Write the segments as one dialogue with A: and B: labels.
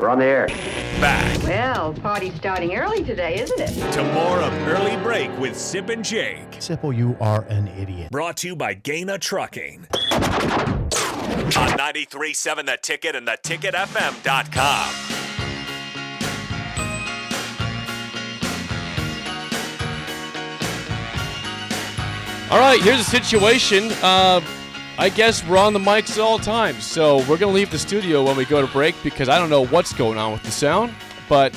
A: We're on the air.
B: Back
C: Well, party's starting early today, isn't it?
B: to more of Early Break with Sip and Jake.
D: Simple, you are an idiot.
B: Brought to you by Gaina Trucking. On 93.7 The Ticket and theticketfm.com.
E: All right, here's the situation. Uh, I guess we're on the mics at all times, so we're gonna leave the studio when we go to break because I don't know what's going on with the sound, but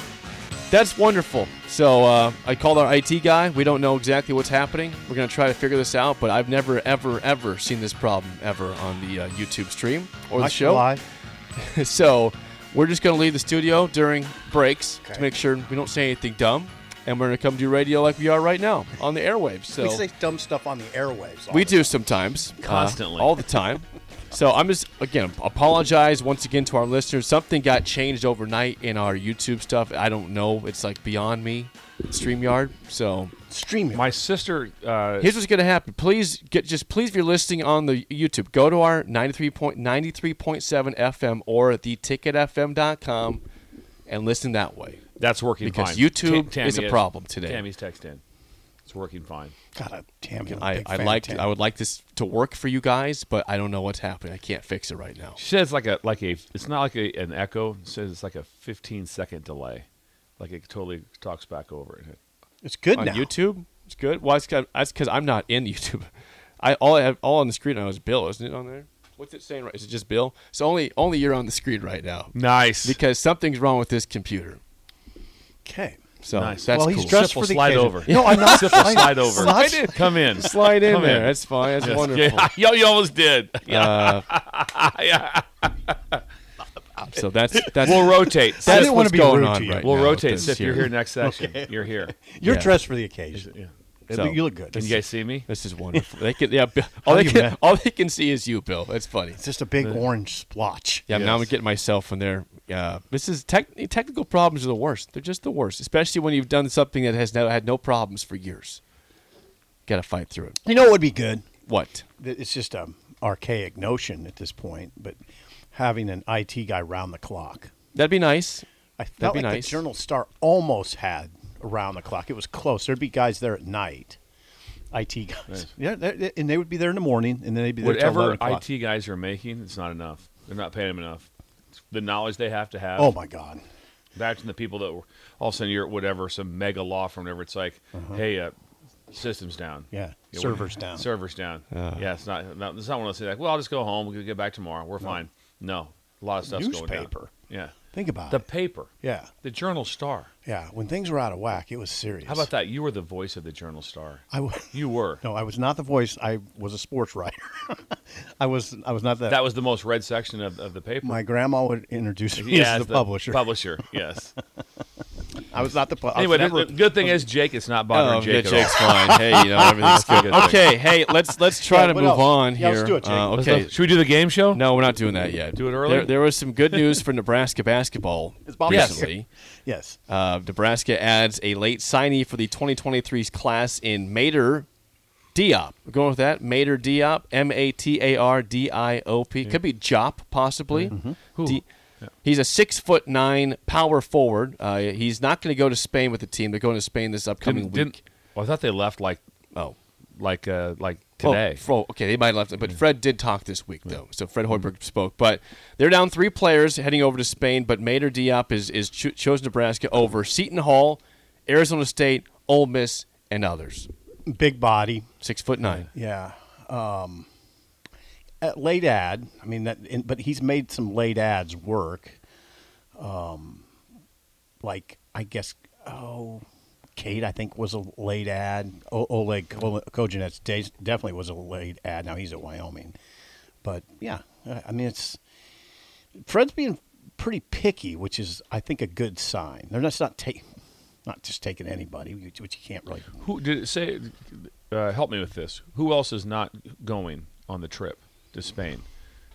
E: that's wonderful. So uh, I called our IT guy. We don't know exactly what's happening. We're gonna try to figure this out, but I've never, ever, ever seen this problem ever on the uh, YouTube stream or the
D: Not
E: show.
D: July.
E: so we're just going to leave the studio during breaks
D: Okay.
E: to make sure we don't say anything dumb. And we're going to come do radio like we are right now on the airwaves. So
D: We say dumb stuff on the airwaves. all
E: we
D: the
E: do
D: time.
E: sometimes, uh,
F: Constantly.
E: all the time. So I'm just again apologize once again to our listeners. Something got changed overnight in our YouTube stuff. I don't know. It's like beyond me, Streamyard. So
D: Streaming.
F: My sister, uh,
E: here's what's gonna happen. Please get just please if you're listening on the YouTube, go to our 93.93.7 FM or theticketfm.com and listen that way.
F: that's working
E: Because
F: fine.
E: YouTube
F: Ta- Tammy
E: is a problem today.
F: Tammy's text in. It's working fine.
D: God, I'm, damn, I'm a
E: I,
D: big
E: I
D: fan
E: like
D: of Tim.
E: I would like this to work for you guys, but I don't know what's happening. I can't fix it right now.
F: She says like a like a it's not like a, an echo. It says it's like a 15 second delay. Like it totally talks back over it.
D: It's good
E: on
D: now.
E: YouTube. It's good. Why? Well, that's because I'm not in YouTube. I all I have all on the screen now is Bill, isn't it on there? What's it saying? Right? Is it just Bill? So only only you're on the screen right now
F: Nice.
E: because something's wrong with this computer.
D: Okay.
E: So
F: Nice.
E: that's
D: well,
E: cool.
D: he's dressed
F: Simple
D: for the
F: slide
D: occasion.
F: over.
D: No, I'm not.
F: Simple slide over.
D: Slide in.
F: Come in.
E: Slide in
F: Come
E: there.
F: in.
E: That's fine. That's
F: Yes.
E: wonderful. Uh,
F: Yeah, yo, you almost did. Yeah.
E: So that's that's
F: We'll rotate.
D: I
E: that's
D: didn't wanna
E: what's
D: be
E: going
D: rude
E: on
D: to you.
E: right
F: we'll
E: now with
F: rotate.
E: this
F: Sip, you're here next section. You're here.
D: You're
E: Yeah.
D: dressed for the occasion.
F: Yeah.
E: So-
D: you look good.
F: Can you guys see me?
E: This is wonderful. They can, yeah, Bill- all they
D: you
E: can,
D: met?
E: all they can see is you, Bill. That's funny.
D: It's just a big orange splotch.
E: Yeah, now I'm
F: Yes.
E: getting myself in there. Uh, this is tech- technical problems are the worst. They're just the worst, especially when you've done something that has now had no problems for years. Got to fight through it.
D: You know what would be good?
E: What?
D: Th- It's just an archaic notion at this point, but having an IT guy round the clock.
E: That'd be nice.
D: I felt
E: be
D: like
E: nice.
D: the Journal Star almost had around the clock. It was close. There'd be guys there at night, IT guys. Yeah, they- they- and they would be there in the morning, and then they'd be there till
F: Whatever
D: 11 o'clock.
F: IT guys are making, it's not enough. They're not paying them enough. The knowledge they have to have.
D: Oh my God!
F: Imagine the people that were all of a sudden you're at whatever some mega law firm, whatever. It's like, hey, uh, systems down.
D: Uh-huh. Yeah,
F: Yeah, we-
D: servers down.
F: Servers down. yeah, it's not. not it's not one of those things like, well, I'll just go home. We'll get back tomorrow. We're fine. No, a lot of stuff's going down.
D: Newspaper.
F: Yeah,
D: Think about
F: the
D: it.
F: paper.
D: Yeah,
F: The Journal Star.
D: yeah. When things were out of whack, it was serious.
F: How about that? You were the voice of the Journal Star.
D: I w-
F: You were.
D: no, I was not the voice. I was a sports writer. I was. I was not that.
F: That was the most read section of, of the paper.
D: my grandma would introduce me
F: yeah,
D: as
F: as
D: the, publisher.
F: Publisher, yes.
D: I was not the. Pu- I was
F: anyway, the-
D: never-
F: the good thing is Jake is not bothering
E: Oh, yeah,
F: Jake. at all.
E: Jake's fine. Hey, you know everything's good. okay, hey, let's let's try
D: Yeah,
E: to
D: what
E: move
D: else?
E: on
D: Yeah,
E: here.
D: let's do it, Jake.
E: Uh,
F: Let's
E: okay.
F: go- Should we do the game show?
E: No, we're not doing that yet.
F: Do it early?
E: There, there was some good news for Nebraska basketball
D: Bob Yes.
E: recently.
D: yes.
E: Uh, Nebraska adds a late signee for the 2023's class in Mater Diop. We're going with that. Mater Diop, M A T A R D I O P. Could be Jop, possibly. D- he's a six foot nine power forward. Uh, he's not going to go to Spain with the team. They're going to Spain this upcoming
F: Didn't,
E: week.
F: didn't, well, I thought they left like
E: oh.
F: like uh, like
E: Oh,
F: today.
E: f- Oh, okay, they might have left it, but Fred did talk this week though. So Fred Hoiberg spoke, but they're down three players heading over to Spain. But Mater Diop is is cho- chose Nebraska over Seton Hall, Arizona State, Ole Miss, and others.
D: Big body.
E: Six foot nine.
D: Yeah. Um, at late ad. I mean that, in, but he's made some late ads work. Um, like I guess oh, Kate I think was a late ad. O- Oleg Ko- Kojanets de- definitely was a late ad. Now he's at Wyoming, but yeah, I I mean it's Fred's being pretty picky, which is I think a good sign. They're just not ta- not just taking anybody, which which you can't really.
F: Who did it say? Uh, help me with this. Who else is not going on the trip to Spain?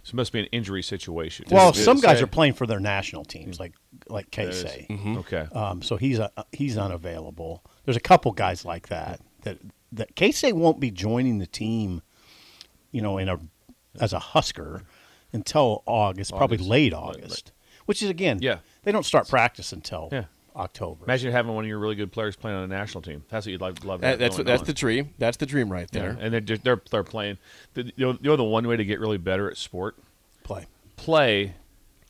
F: This must be an injury situation.
D: Well,
E: Did it
D: some guys
E: say-
D: are playing for their national teams, like like Casey.
E: Mm-hmm.
F: okay.
D: Um, so he's uh, he's unavailable. There's a couple guys like that that that Casey won't be joining the team, you know, in a as a Husker until August, probably
F: August.
D: late
F: Late- late.
D: August, which is again,
F: Yeah.
D: they don't start practice until
F: Yeah.
D: October.
F: Imagine having one of your really good players playing on a national team. That's what you'd like love. to
E: That-
F: have
E: that's
F: going
E: that's
F: on.
E: the dream. That's the dream right there.
F: Yeah, and they're just, they're they're playing. The, you, know, you know the one way to get really better at sport
D: play.
F: play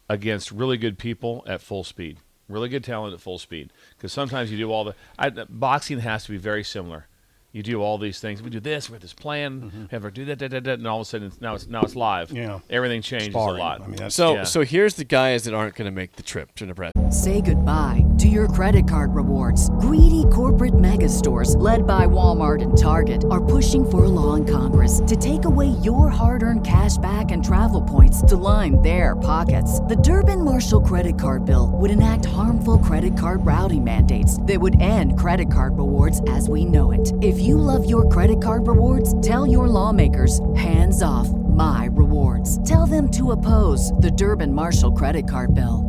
F: against really good people at full speed, really good talent at full speed. Because sometimes you do all the I, boxing has to be very similar. You do all these things. We do this. We have this plan. We have our do that, da, da, da, and all of a sudden it's, now it's now it's live.
D: Mm-hmm. Yeah.
F: everything changes
D: Sparring.
F: a lot.
D: I mean, that's
E: So
F: Yeah.
E: so here's the guys that aren't going to make the trip to Nebraska.
G: Say goodbye to your credit card rewards. Greedy corporate megastores, led by Walmart and Target, are pushing for a law in Congress to take away your hard earned cash back and travel points to line their pockets. The Durbin Marshall credit card bill would enact harmful credit card routing mandates that would end credit card rewards as we know it. If you love your credit card rewards, tell your lawmakers hands off my rewards. Tell them to oppose the Durbin Marshall credit card bill.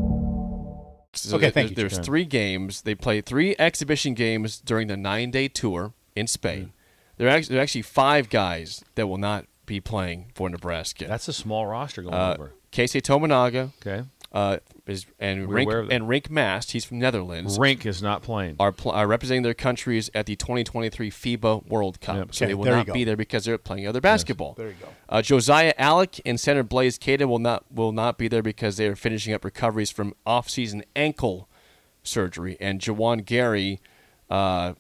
E: So
D: Okay,
E: there-
D: thank you,
E: There's
D: Japan.
E: three games. They play three exhibition games during the nine day tour in Spain. There are actually, there are actually five guys that will not be playing for Nebraska.
F: That's a small roster going
E: uh,
F: over.
E: Casey Tominaga
F: Okay,
E: uh, is, and
F: We're
E: Rink,
F: aware of that.
E: and Rink Mast. He's from Netherlands.
F: Rink is not playing.
E: Are, pl- are representing their countries at the 2023 FIBA World Cup,
F: Yep.
E: so
D: Okay,
E: they will
D: there you
E: not
D: go.
E: be there because they're playing other basketball.
D: There you go.
E: Uh, Josiah Alec and center Blaze Cada will not will not be there because they are finishing up recoveries from off-season ankle surgery, and Jawan Gary uh,